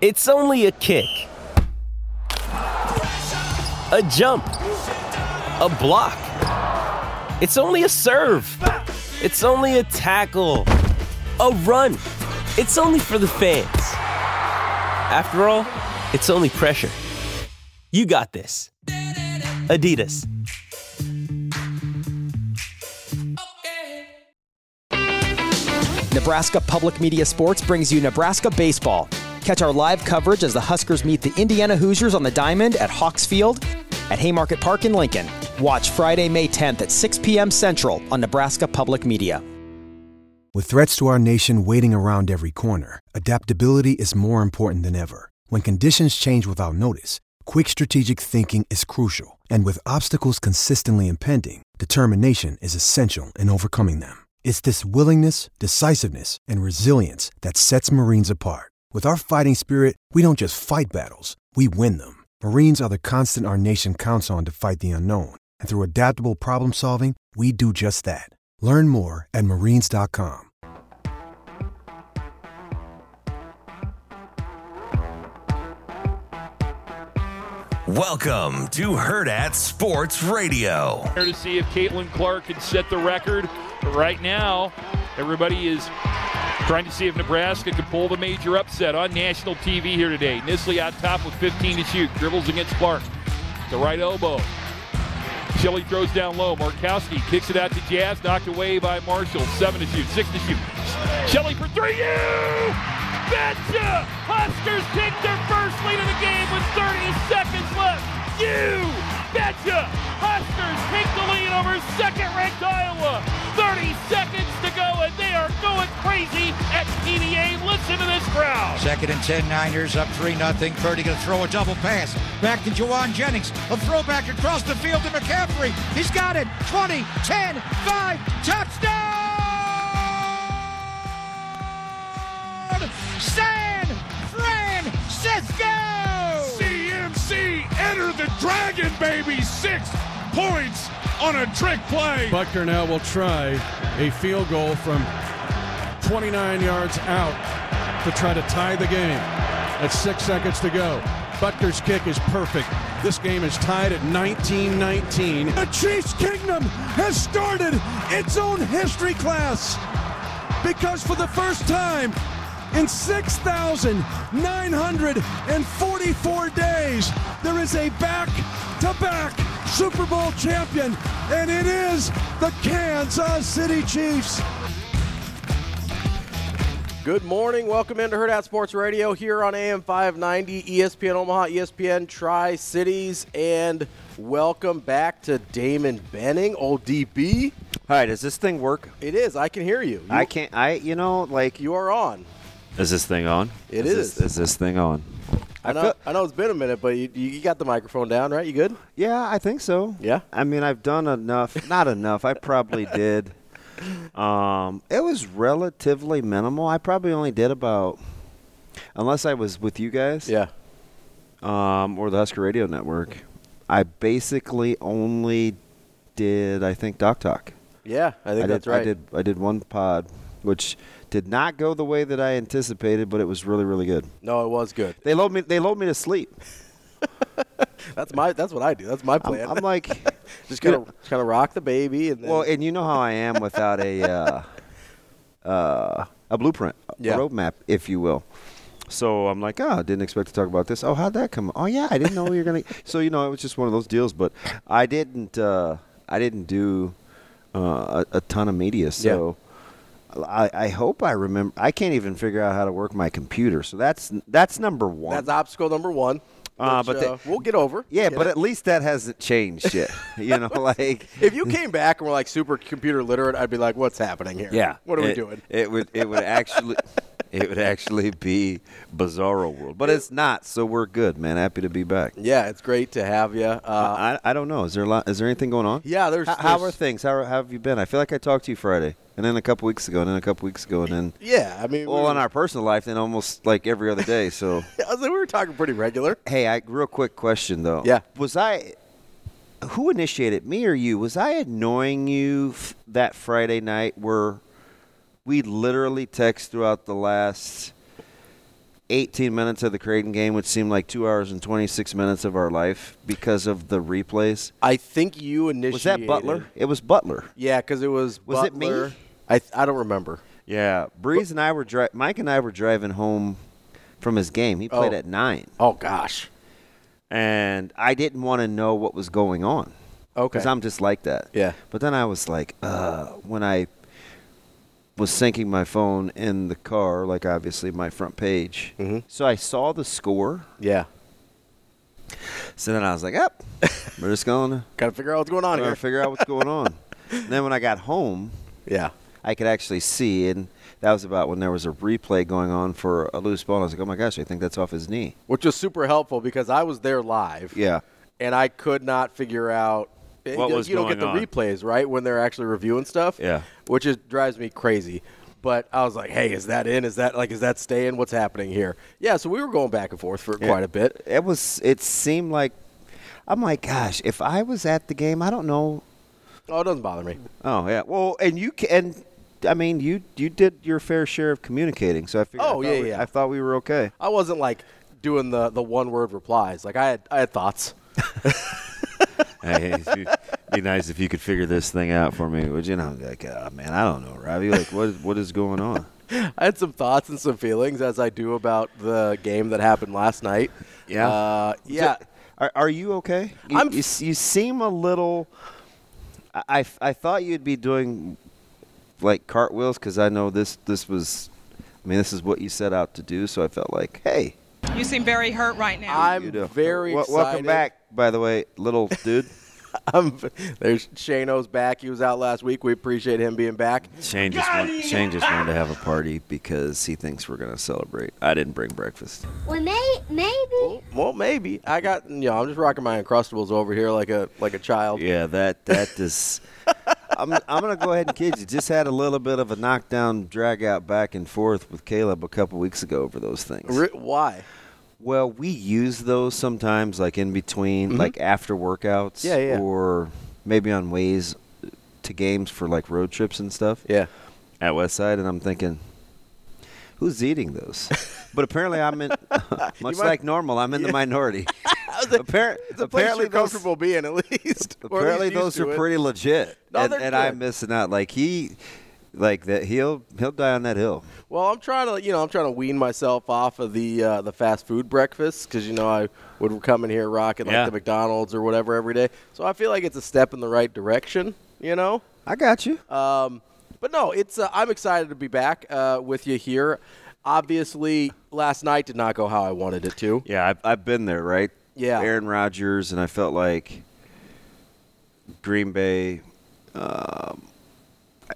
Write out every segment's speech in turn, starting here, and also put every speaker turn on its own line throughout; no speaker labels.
It's only a kick, a jump, a block. It's only a serve. It's only a tackle, a run. It's only for the fans. After all, it's only pressure. You got this. Adidas.
Nebraska Public Media Sports brings you Nebraska Baseball. Catch our live coverage as the Huskers meet the Indiana Hoosiers on the Diamond at Hawks Field at Haymarket Park in Lincoln. Watch Friday, May 10th at 6 p.m. Central on Nebraska Public Media.
With threats to our nation waiting around every corner, adaptability is more important than ever. When conditions change without notice, quick strategic thinking is crucial, and with obstacles consistently impending, determination is essential in overcoming them. It's this willingness, decisiveness, and resilience that sets Marines apart. With our fighting spirit, we don't just fight battles, we win them. Marines are the constant our nation counts on to fight the unknown, and through adaptable problem solving, we do just that. Learn more at marines.com.
Welcome to Herd at Sports Radio.
there to see if Caitlin Clark can set the record. But right now, everybody is trying to see if Nebraska can pull the major upset on national TV here today. Nisley on top with 15 to shoot, dribbles against Clark. The right elbow. Shelley throws down low. Markowski kicks it out to Jazz, knocked away by Marshall. Seven to shoot, six to shoot. Shelley for three. You betcha! Huskers take their first lead of the game with 30 seconds left. You betcha! Huskers take the lead over second-ranked Iowa. 30 seconds to go, and they are going crazy at PDA. Listen to this crowd.
Second and 10, Niners up 3 nothing. Purdy going to throw a double pass. Back to Jawan Jennings. A throwback across the field to McCaffrey. He's got it. 20, 10, 5, touchdown! San Francisco!
CMC enter the dragon, baby. Six points on a trick play.
Buckner now will try a field goal from 29 yards out to try to tie the game. That's six seconds to go. Buckner's kick is perfect. This game is tied at 19-19. The Chiefs' kingdom has started its own history class because for the first time in 6,944 days, there is a back to back Super Bowl champion, and it is the Kansas City Chiefs.
Good morning. Welcome into Herd Out Sports Radio here on AM 590, ESPN Omaha, E ESPN Tri Cities, and welcome back to Damon Benning, old DB.
All right, does this thing work?
It is. I can hear you. You-
I can't. I you know like
You are on.
Is this thing on?
It
It
is.
is. This, is this thing on?
I know.
feel-
I know it's been a minute, but you, you got the microphone down, right? You good?
Yeah, I think so.
Yeah?
I mean, I've done enough. Not enough. I probably did. Um, it was relatively minimal. I probably only did about, unless I was with you guys.
Yeah.
um, or the Husker Radio Network, I basically only did I think Doc Talk.
Yeah. I think
I
that's
did,
right.
I did I did one pod, which did not go the way that I anticipated, but it was really really good.
No, it was good.
They lulled me they lulled me to sleep.
That's my. That's what I do. That's my
I'm,
plan.
I'm like,
just kind of kind of rock the baby, and then
well, and you know how I am without a uh, uh, a blueprint,
Yeah.
a roadmap, if you will. So I'm like, oh, I didn't expect to talk about this. Oh, how'd that come? Oh yeah, I didn't know you were gonna. So you know, it was just one of those deals. But I didn't, uh, I didn't do uh, a, a ton of media. So I, I hope I remember. I can't even figure out how to work my computer. So that's that's number one.
that's obstacle number one.
Uh,
which,
but they-
we'll get over.
yeah,
Get
but
it.
at least that hasn't changed yet. you know, like
if you came back and were like super computer literate, I'd be like, "What's happening here?
Yeah.
what are we
It-
doing?"
It would it would actually it would actually be bizarro world, but it's not. So we're good, man. Happy to be back.
Yeah, it's great to have you. Uh,
I, I don't know. Is there a lot? Is there anything going on?
Yeah, there's-
How, how
there's-
are things? How, are- how have you been? I feel like I talked to you Friday, and then a couple weeks ago, and then a couple weeks ago, and then
yeah, I mean,
well,
we,
in our personal life, then almost like every other day. So
I was like, we were talking pretty regular.
hey, I real quick question though.
Yeah.
was I? Who initiated me or you? Was I annoying you f- that Friday night where we literally text throughout the last 18 minutes of the Creighton game would seem like two hours and 26 minutes of our life because of the replays.
I think you initiated.
Was that Butler? It was Butler.
Yeah, because it was.
Was it me?
Butler. I I don't remember.
Yeah, Breeze and I were dri- Mike and I were driving home from his game. He played
Oh.
at nine,
Oh gosh.
and I didn't want to know what was going on.
Okay.
because I'm just like that.
Yeah.
But then I was like, uh, when I was syncing my phone in the car, like obviously my front page.
Mhm.
So I saw the score.
yeah.
So then I was like, up. we're just going to
Got to figure out what's going on
we're gonna
here.
figure out what's going on. And then when I got home,
Yeah.
I could actually see, and that was about when there was a replay going on for a loose ball. And I was like, oh my gosh, I think that's off his knee.
Which was super helpful because I was there live.
Yeah.
And I could not figure out. it-
What
you
was
you don't get the
going on.
replays right when they're actually reviewing stuff.
Yeah.
Which is drives me crazy. But I was like, hey, is that in? Is that like is that staying? What's happening here? Yeah. So we were going back and forth for
Yeah.
quite a bit.
It was. It seemed like. I'm like, gosh, if I was at the game, I don't know
Oh, it doesn't bother me.
Oh yeah. Well, and you ca and I mean you you did your fair share of communicating, so I figured. I
Oh,
thought
yeah,
we-
yeah.
I thought we were okay.
I wasn't like doing the the one word replies. Like I had I had thoughts.
hey, it'd be nice if you could figure this thing out for me, would you? And I'm like, oh, man, I don't know, Robbie. Like, what what is going on?
I had some thoughts and some feelings as I do about the game that happened last night.
Yeah.
Uh, yeah.
Are, are you okay? You,
I'm
you, s- you seem a little. I, I f- I thought you'd be doing like cartwheels because I know this this was. I mean, this is what you set out to do, so I felt like, hey,
You seem very hurt right now.
you
I'm
do.
very
Wel-
excited.
Welcome back, by the way, little dude.
I'm, there's Shano's back. He was out last week. We appreciate him being back.
Shane just, want, Shane just wanted to have a party because he thinks we're gonna celebrate. I didn't bring breakfast.
Well, may- maybe.
Well, maybe I got you know I'm just rocking my Uncrustables over here like a like a child.
Yeah, that that is. I'm I'm gonna go ahead and kid you. Just had a little bit of a knockdown, drag out, back and forth with Caleb a couple weeks ago over those things.
Re- why?
Well, we use those sometimes, like in between, like after workouts,
Mm-hmm. Yeah, yeah.
or maybe on ways to games for like road trips and stuff.
Yeah.
at Westside, and I'm thinking, who's eating those? But apparently, I'm in, much like normal, I'm in the minority. Appar-
It's a place
apparently,
you're
those,
comfortable being at least. Or at
apparently
least used
those
to
are
it.
pretty legit,
No,
and,
they're
and I'm
good.
missing out. Like he, like that he'll he'll die on that hill.
Well, I'm trying to, you know, I'm trying to wean myself off of the uh, the fast food breakfasts because you know I would come in here rocking
Yeah.
like the McDonald's or whatever every day. So I feel like it's a step in the right direction, you know.
I got you.
Um, but no, it's uh, I'm excited to be back uh, with you here. Obviously, last night did not go how I wanted it to.
Yeah, I've, I've been there, right?
Yeah.
Aaron Rodgers, and I felt like Green Bay. Um,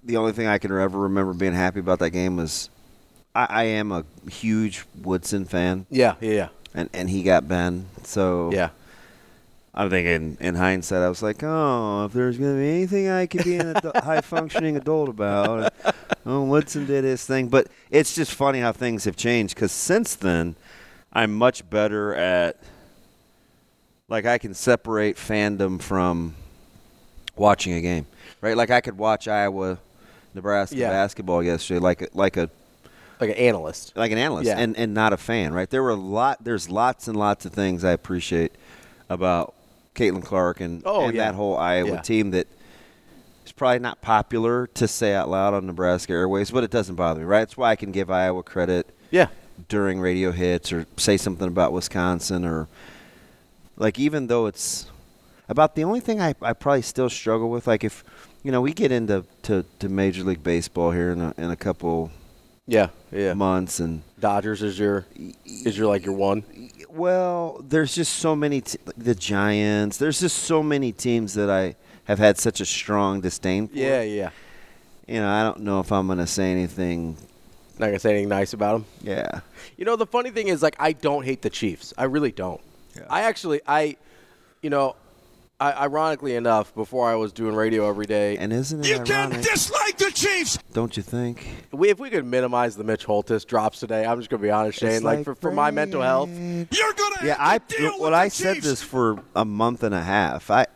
the only thing I can ever remember being happy about that game was I, I am a huge Woodson fan,
Yeah, yeah, yeah,
and, and he got Ben. So
yeah.
I think in, in hindsight, I was like, oh, if there's going to be anything I could be an adult, high functioning adult about, oh, Woodson did his thing. But it's just funny how things have changed because since then, I'm much better at, like, I can separate fandom from watching a game, right? Like, I could watch Iowa, Nebraska
Yeah.
basketball yesterday, like, a- like a
Like an analyst.
like an analyst
Yeah.
and, and not a fan, right? There were a lot there's lots and lots of things I appreciate about Caitlin Clark and,
Oh,
and
yeah.
that whole Iowa
Yeah.
team that it's probably not popular to say out loud on Nebraska Airways, but it doesn't bother me, right? It's why I can give Iowa credit
Yeah,
during radio hits or say something about Wisconsin or like even though it's about the only thing I, I probably still struggle with, like if you know, we get into to, to Major League Baseball here in a, in a couple
yeah, yeah.
months and
Dodgers is your is your like your one.
Well, there's just so many t- the Giants. There's just so many teams that I have had such a strong disdain for.
Yeah, yeah.
You know, I don't know if I'm going to say anything.
Not gonna say anything nice about him.
Yeah.
You know, the funny thing is, like, I don't hate the Chiefs. I really don't. I actually, I, you know, I, ironically enough, before I was doing radio every day, and
And isn't it
You can
ironic?
dislike the Chiefs.
don't you think?
we, if we could minimize the Mitch Holtis drops today, I'm just gonna be honest, Shane.
It's
Like, for, for my mental health,
You're gonna
Yeah, I
have to deal with
well,
the
I said
Chiefs.
this for a month and a half. I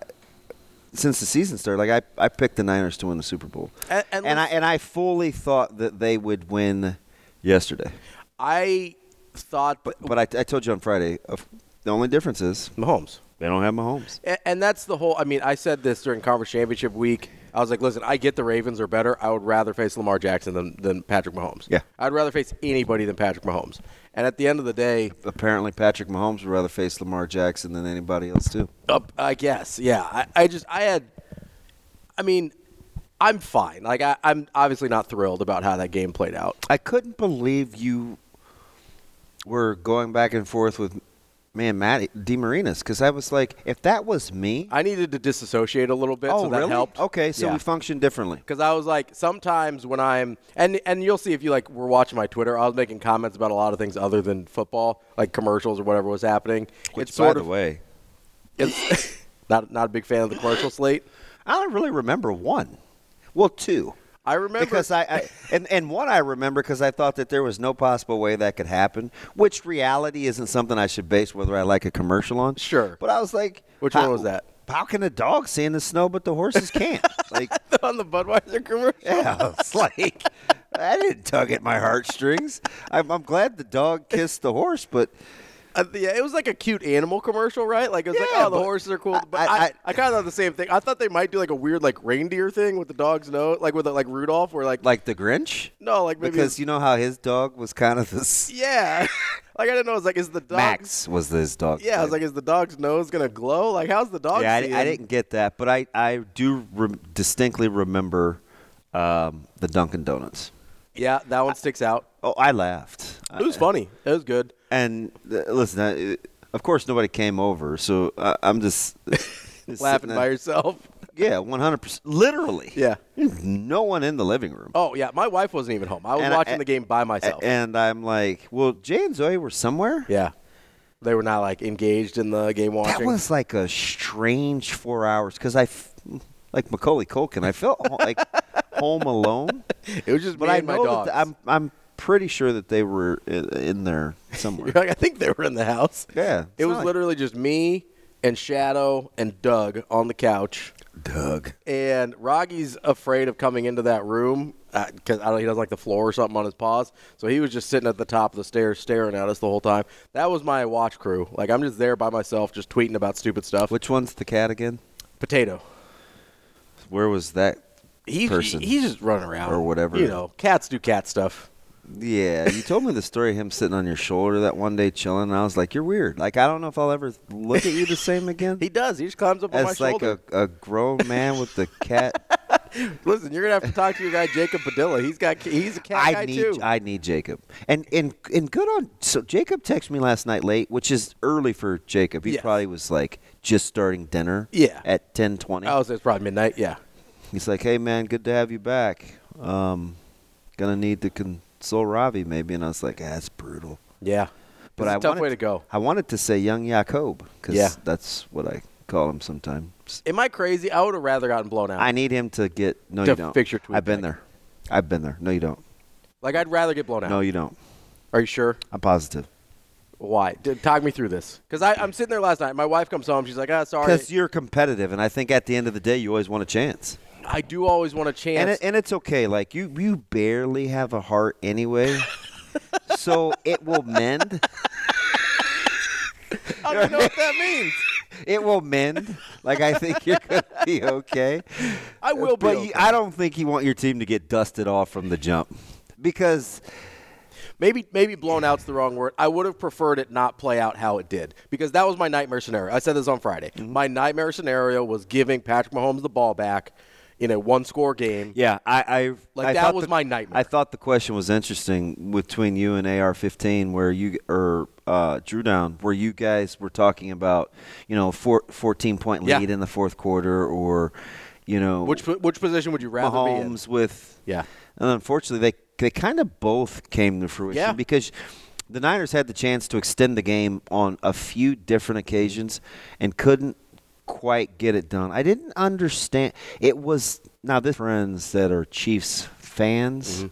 since the season started, like I I picked the Niners to win the Super Bowl.
And- and
and I
let's-
and I fully thought that they would win yesterday.
I thought,
but, but I, I told you on Friday, uh, the only difference is
Mahomes.
They don't have Mahomes.
A- And, that's the whole. I mean, I said this during conference championship week. I was like, listen, I get the Ravens are better. I would rather face Lamar Jackson than, than Patrick Mahomes.
Yeah.
I'd rather face anybody than Patrick Mahomes. And at the end of the day,
Apparently, Patrick Mahomes would rather face Lamar Jackson than anybody else too.
Up, I guess. Yeah. I, I just, I had, I mean, I'm fine. Like, I, I'm obviously not thrilled about how that game played out.
I couldn't believe you were going back and forth with man Matt DeMarinas because I was like, if that was me,
I needed to disassociate a little bit.
Oh,
so that
really?
helped.
Okay, so we function differently.
Because I was like, sometimes when I'm and and you'll see if you like were watching my Twitter, I was making comments about a lot of things other than football, like commercials or whatever was happening.
Which,
it's
by
sort
the
of
way,
it's not not a big fan of the commercial slate.
I don't really remember one. Well, two.
I remember
because I, I and and one I remember because I thought that there was no possible way that could happen, which reality isn't something I should base whether I like a commercial on. Sure, but I was like,
Which
how-
one was that?
How can a dog see in the snow but the horses can't? Like
on the Budweiser commercial.
Yeah, it's like I didn't tug at my heartstrings. I'm, I'm glad the dog kissed the horse, but
Uh, yeah, it was like a cute animal commercial, right? Like it was
Yeah,
like, oh, the
but
horses are cool. But I, I, kind of thought the same thing. I thought they might do like a weird like reindeer thing with the dog's nose, like with like Rudolph, where like
like the Grinch.
no, like maybe
because you know how his dog was kind of
it's-
this.
yeah, like I didn't know. I was like, is the dog
Max was his dog.
Yeah, I was like, is the dog's nose gonna glow? Like, how's the dog?
Yeah, I,
seeing?
I didn't get that, but I I do rem- distinctly remember um, the Dunkin' Donuts.
Yeah, that one sticks out.
Oh, I laughed.
It was funny. It was good.
And uh, listen, I, of course, nobody came over, so I, I'm just, just
Laughing
sitting
by
there.
yourself.
Yeah, 100. percent Literally.
Yeah.
No one in the living room.
Oh yeah, my wife wasn't even home. I was
And I-
watching the game by myself.
A- And I'm like, well, Jay and Zoe were somewhere.
yeah, they were not like engaged in the game watching.
That was like a strange four hours because I, f- like Macaulay Culkin, I felt ho- like home alone.
It was just
but
me
I
and my
know
dogs.
That I'm I'm pretty sure that they were i- in there somewhere.
Like, I think they were in the house.
Yeah,
It
it's
was
not like-
literally just me and Shadow and Doug on the couch.
Doug.
And Roggy's afraid of coming into that room because I don't. He doesn't like the floor or something on his paws. So he was just sitting at the top of the stairs, staring at us the whole time. That was my watch crew. Like I'm just there by myself, just tweeting about stupid stuff.
Which one's the cat again?
Potato.
Where was that
He,
person?
he- he's just running around
or whatever.
You know, cats do cat stuff.
Yeah, you told me the story of him sitting on your shoulder that one day chilling, and I was like, "You're weird. Like, I don't know if I'll ever look at you the same again."
He does. He just climbs up on my
As like
shoulder.
a, a grown man with the cat
Listen, you're gonna have to talk to your guy Jacob Padilla. He's got he's a cat guy
I need
too.
I need Jacob. And and and good on so Jacob texted me last night late, which is early for Jacob. He
Yes.
probably was like just starting dinner.
Yeah.
At ten twenty.
Oh, so it's probably midnight. Yeah.
He's like, Hey man, good to have you back. Um gonna need to console Ravi maybe and I was like, ah, that's brutal.
Yeah.
But
It's a
I
tough
wanted
way to go.
I wanted to say young Jacob because
Yeah.
that's what I call him sometimes.
Am I crazy? I would have rather gotten blown out.
I need him to get no
To
you don't
fix your tweet
I've been
back.
there. I've been there. No you don't.
like I'd rather get blown out.
No you don't.
Are you sure?
I'm positive.
Why? D- talk me through this. Because I'm sitting there last night. My wife comes home. She's like, ah, sorry.
Because you're competitive, and I think at the end of the day, you always want a chance.
I do always want a chance.
And it, and it's okay. Like you, you barely have a heart anyway, so it will mend.
I don't even know what that means.
It will mend. Like I think you're gonna be okay.
I will be
but
okay.
you, I don't think you want your team to get dusted off from the jump, because
Maybe maybe blown out's the wrong word. I would have preferred it not play out how it did because that was my nightmare scenario. I said this on Friday.
Mm-hmm.
My nightmare scenario was giving Patrick Mahomes the ball back in a one-score game.
yeah, I, I
Like,
I
that
thought
was
the-
my nightmare.
I thought the question was interesting between you and AR15, where you or uh, Drew Down, where you guys were talking about, you know, four, 14 point
Yeah.
lead in the fourth quarter, or, you know,
Which which position would you rather be in?
Mahomes with
Yeah.
and unfortunately they they kind of both came to fruition
Yeah.
because the Niners had the chance to extend the game on a few different occasions and couldn't quite get it done. I didn't understand it was now this friends that are Chiefs fans.
Mm-hmm.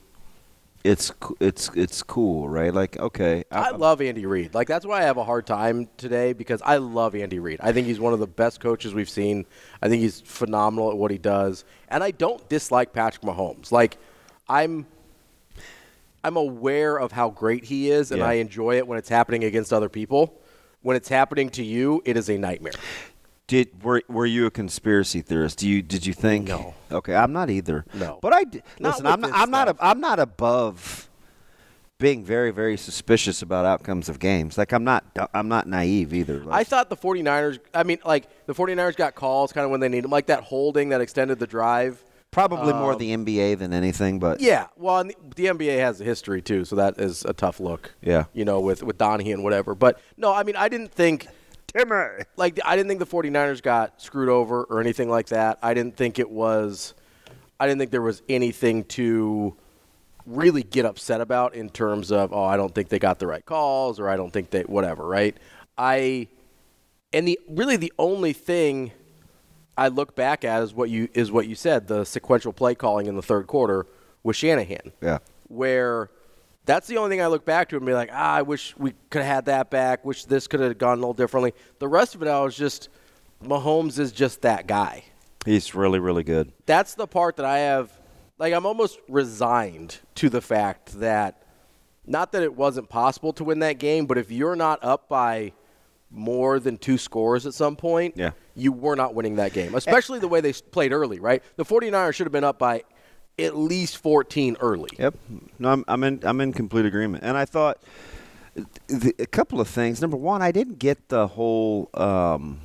It's co- it's it's cool, right? Like okay, I-
I love Andy Reid. Like that's why I have a hard time today because I love Andy Reid. I think he's one of the best coaches we've seen. I think he's phenomenal at what he does, and I don't dislike Patrick Mahomes. Like I'm I'm aware of how great he is, and
Yeah.
I enjoy it when it's happening against other people. When it's happening to you, it is a nightmare.
Did were were you a conspiracy theorist? Do you did you think? No. Okay, I'm not either. No. But I d-
Not
listen.
with
I'm not,
this
I'm not. A, I'm not above being very very suspicious about outcomes of games. Like I'm not. du- I'm not naive either.
I
Like,
thought the 49ers, I mean, like, the 49ers got calls kind of when they need them, like that holding that extended the drive.
probably more
Um,
the NBA than anything. But
Yeah, well, and the, the NBA has a history too, so that is a tough look.
Yeah.
you know, with with Donahue and whatever. But no, I mean, I didn't think
Timmer.
Like, I didn't think the 49ers got screwed over or anything like that. I didn't think it was. I didn't think there was anything to really get upset about in terms of oh, I don't think they got the right calls or I don't think they whatever. Right? I and the really the only thing I look back at is what you is what you said the sequential play calling in the third quarter with Shanahan.
Yeah.
Where that's the only thing I look back to and be like, ah, I wish we could have had that back. Wish this could have gone a little differently. The rest of it, I was just Mahomes is just that guy.
he's really really good.
That's the part that I have. Like I'm almost resigned to the fact that not that it wasn't possible to win that game, but if you're not up by more than two scores at some point,
Yeah.
you were not winning that game, especially the way they s- played early, right? The 49ers should have been up by at least 14 early.
Yep. No, I'm, I'm in. I'm in complete agreement. And I thought th- a couple of things. Number one, I didn't get the whole. Um,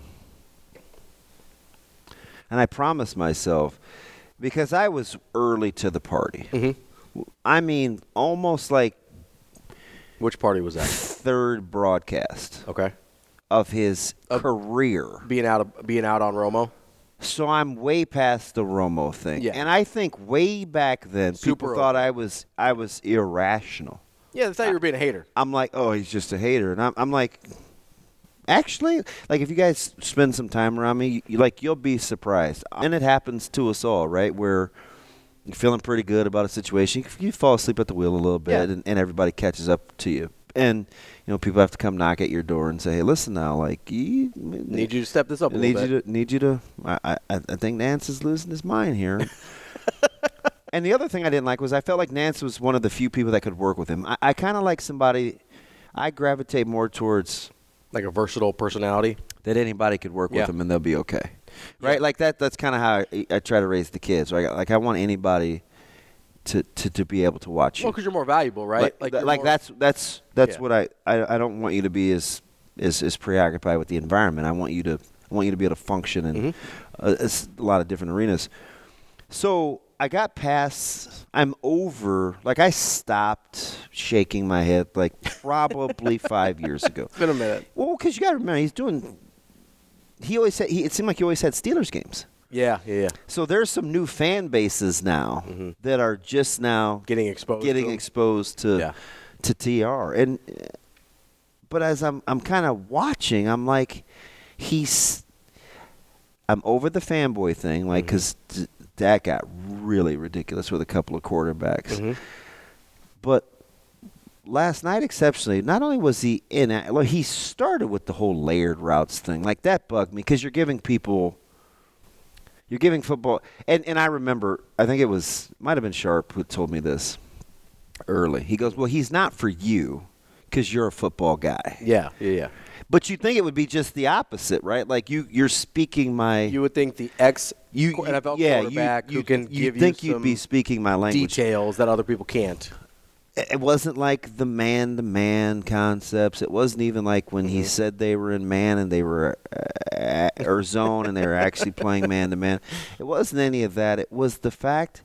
and I promised myself because I was early to the party. I mean, almost like.
Which party was that?
Third broadcast.
Okay.
Of his career.
Being out of, being out on Romo.
So I'm way past the Romo thing.
Yeah.
And I think way back then
Super
people thought I was I was irrational.
Yeah, they thought you were being a hater.
I'm like, oh, he's just a hater, and I'm, I'm like, actually, like if you guys spend some time around me, you, you- like you'll be surprised, and it happens to us all, right? Where you're feeling pretty good about a situation, you fall asleep at the wheel a little bit,
Yeah.
and, and everybody catches up to you, and you know people have to come knock at your door and say, hey, listen now, like you
Need you to step this up a
need
little
you to need you to. I, I I think Nance is losing his mind here. and the other thing I didn't like was I felt like Nance was one of the few people that could work with him. I, I kind of like somebody. I gravitate more towards
like a versatile personality
that anybody could work
Yeah.
with them and they'll be okay, right? Like that. That's kind of how I, I try to raise the kids. Right? Like I want anybody to to, to be able to watch you.
Well, because you're more valuable, right?
Like,
you're
like
more-
that's that's that's
Yeah.
what I, I I don't want you to be as as as preoccupied with the environment. I want you to I want you to be able to function in
Mm-hmm.
a, a s- uh, a lot of different arenas. So I got past. I'm over. Like I stopped shaking my head. Like probably five years ago.
It's been a minute.
Well, because you got to remember, he's doing. He always said he. It seemed like he always had Steelers games.
Yeah, yeah, yeah.
So there's some new fan bases now that are just now
getting exposed,
getting
to 'em.
exposed to
Yeah.
to TR. And uh, but as I'm I'm kind of watching, I'm like, he's I'm over the fanboy thing,
Mm-hmm.
like because that got really ridiculous with a couple of quarterbacks.
Mm-hmm.
But last night, exceptionally, not only was he in, like, he started with the whole layered routes thing. Like that bugged me because you're giving people, you're giving football, and and I remember, I think it was might have been Sharp who told me this early. He goes, well, he's not for you because you're a football guy.
Yeah, yeah, yeah.
But you think it would be just the opposite, right? Like you, you're speaking my.
You would think the ex
you,
NFL
yeah, you-
quarterback
you-
who can
you
give
think
you
you'd
some
be speaking my language.
details that other people can't.
it it wasn't like the man to man concepts. It wasn't even like when
Mm-hmm.
he said they were in man and they were uh, or zone and they were actually playing man to man. It wasn't any of that. It was the fact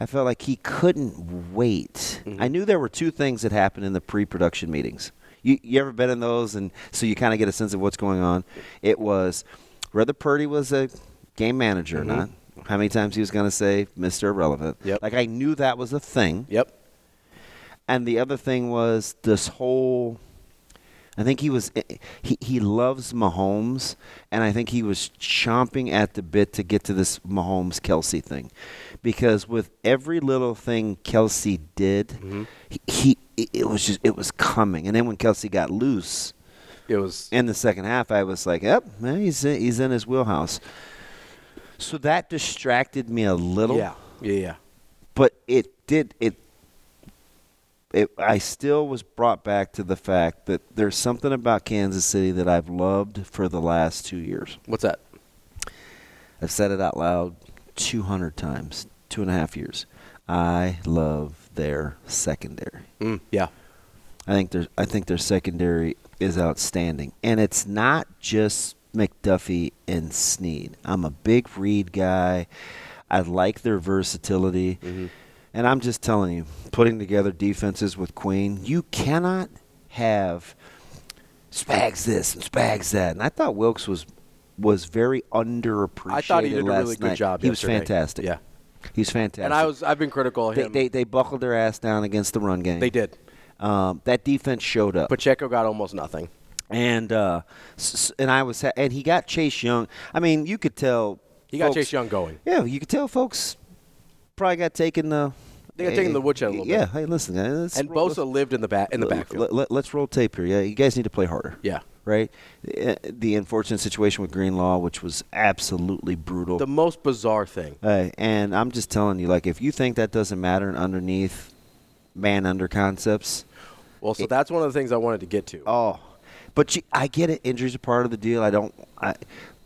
I felt like he couldn't wait.
Mm-hmm.
I knew there were two things that happened in the pre-production meetings. You you ever been in those and so you kind of get a sense of what's going on. It was whether Purdy was a game manager or not. How many times he was going to say Mr. Irrelevant.
Mm-hmm. Yep.
Like I knew that was a thing.
Yep.
And the other thing was this whole. I think he was. He, he loves Mahomes, and I think he was chomping at the bit to get to this Mahomes Kelsey thing. Because with every little thing Kelsey did,
Mm-hmm.
he, he it- it was just it was coming. And then when Kelsey got loose
It was
in the second half, I was like, "Yep, man, he's in, he's in his wheelhouse." So that distracted me a little
yeah, yeah, yeah.
but it did it it, I still was brought back to the fact that there's something about Kansas City that I've loved for the last two years.
What's that?
I've said it out loud 200 times, two and a half years. I love their secondary.
Mm, yeah.
I think their I think their secondary is outstanding, and it's not just McDuffie and Snead. I'm a big Reed guy. I like their versatility, and I'm just telling you, putting together defenses with Queen, you cannot have spags this and spags that. And I thought Wilkes was was very underappreciated.
I thought he did a
last
really good
night.
job
He
yesterday.
was fantastic.
Yeah.
he's fantastic.
And I was I've been critical of
They,
him.
they they buckled their ass down against the run game.
They did.
Um, that defense showed up.
Pacheco got almost nothing.
And uh, s- s- and I was ha- and he got Chase Young. I mean, you could tell
He got
folks-
Chase Young going.
Yeah, you could tell folks probably got taken the.
They got taken the woodshed a little
yeah,
bit.
hey, listen. uh, Let's
And
roll-
Bosa lived in the back in the
let-
backfield.
Let, us roll tape here. Yeah, you guys need to play harder.
Yeah.
Right? Uh, The unfortunate situation with Greenlaw, which was absolutely brutal.
The most bizarre thing.
Hey, and I'm just telling you, like, if you think that doesn't matter and underneath man under concepts,
Well, so that's one of the things I wanted to get to.
Oh, but you, I get it. Injuries are part of the deal. I don't. I,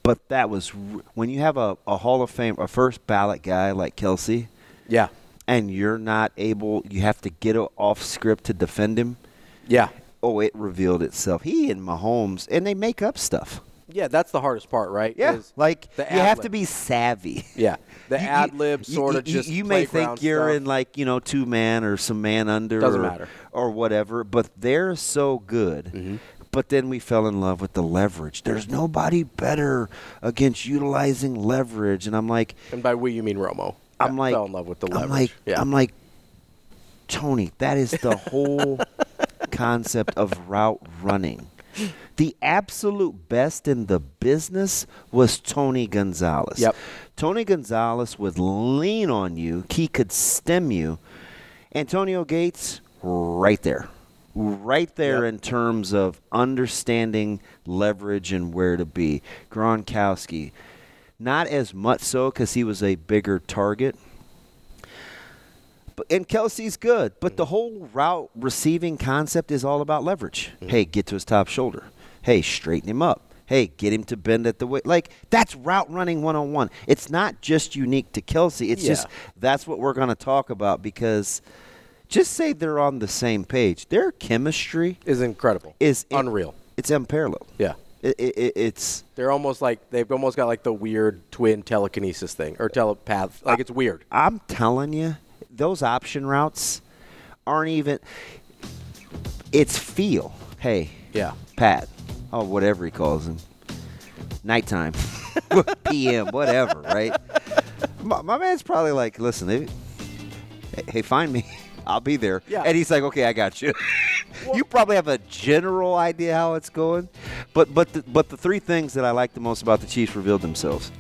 but that was r- when you have a, a Hall of Fame, a first ballot guy like Kelsey.
Yeah.
And you're not able. You have to get o- off script to defend him.
Yeah.
Oh, it revealed itself. He and Mahomes, and they make up stuff.
Yeah, that's the hardest part, right?
Yeah,
Is
like
the
you have
ad-lib.
to be savvy.
Yeah, the
You- you-
ad lib
you-
sort
you-
of just.
You may think
playground
you're
stuff.
in like you know two man or some man under.
Doesn't
or,
matter. Mm-hmm.
or whatever, but they're so good. But then we fell in love with the leverage. There's nobody better against utilizing leverage, and I'm like,
And by we, you mean Romo.
I'm
Yeah,
like,
fell in love with the leverage.
I'm like,
yeah.
I'm like, Tony, that is the whole concept of route running. The absolute best in the business was Tony Gonzalez.
Yep.
Tony Gonzalez would lean on you. He could stem you. Antonio Gates, right there. Right there in terms of understanding leverage and where to be. Gronkowski, not as much so because he was a bigger target. But, and Kelsey's good, but
Mm.
the whole route receiving concept is all about leverage.
Mm.
Hey, get to his top shoulder. Hey, straighten him up. Hey, get him to bend at the way. Like that's route running one on one. It's not just unique to Kelsey. It's
Yeah.
just that's what we're going to talk about because just say they're on the same page. Their chemistry
is incredible.
Is
Unreal.
It's unparalleled.
Yeah.
It, it, it's
They're almost like they've almost got like the weird twin telekinesis thing or telepath. Like it's weird.
I'm telling you, those option routes aren't even. It's feel. Hey.
Yeah.
Pat. Oh, whatever he calls him. Nighttime. PM, whatever, right? My, my man's probably like, listen, if, hey, find me. I'll be there.
Yeah.
And he's like, okay, I got you. you probably have a general idea how it's going. But but the, but the three things that I like the most about the Chiefs revealed themselves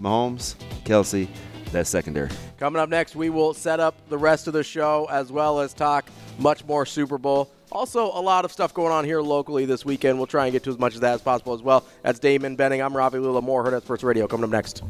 Mahomes, Kelsey, that secondary.
Coming up next, we will set up the rest of the show as well as talk much more Super Bowl. Also, a lot of stuff going on here locally this weekend. We'll try and get to as much of that as possible as well. That's Damon Benning. I'm Ravi Lula Moore, Herd at Sports Radio. Coming up next.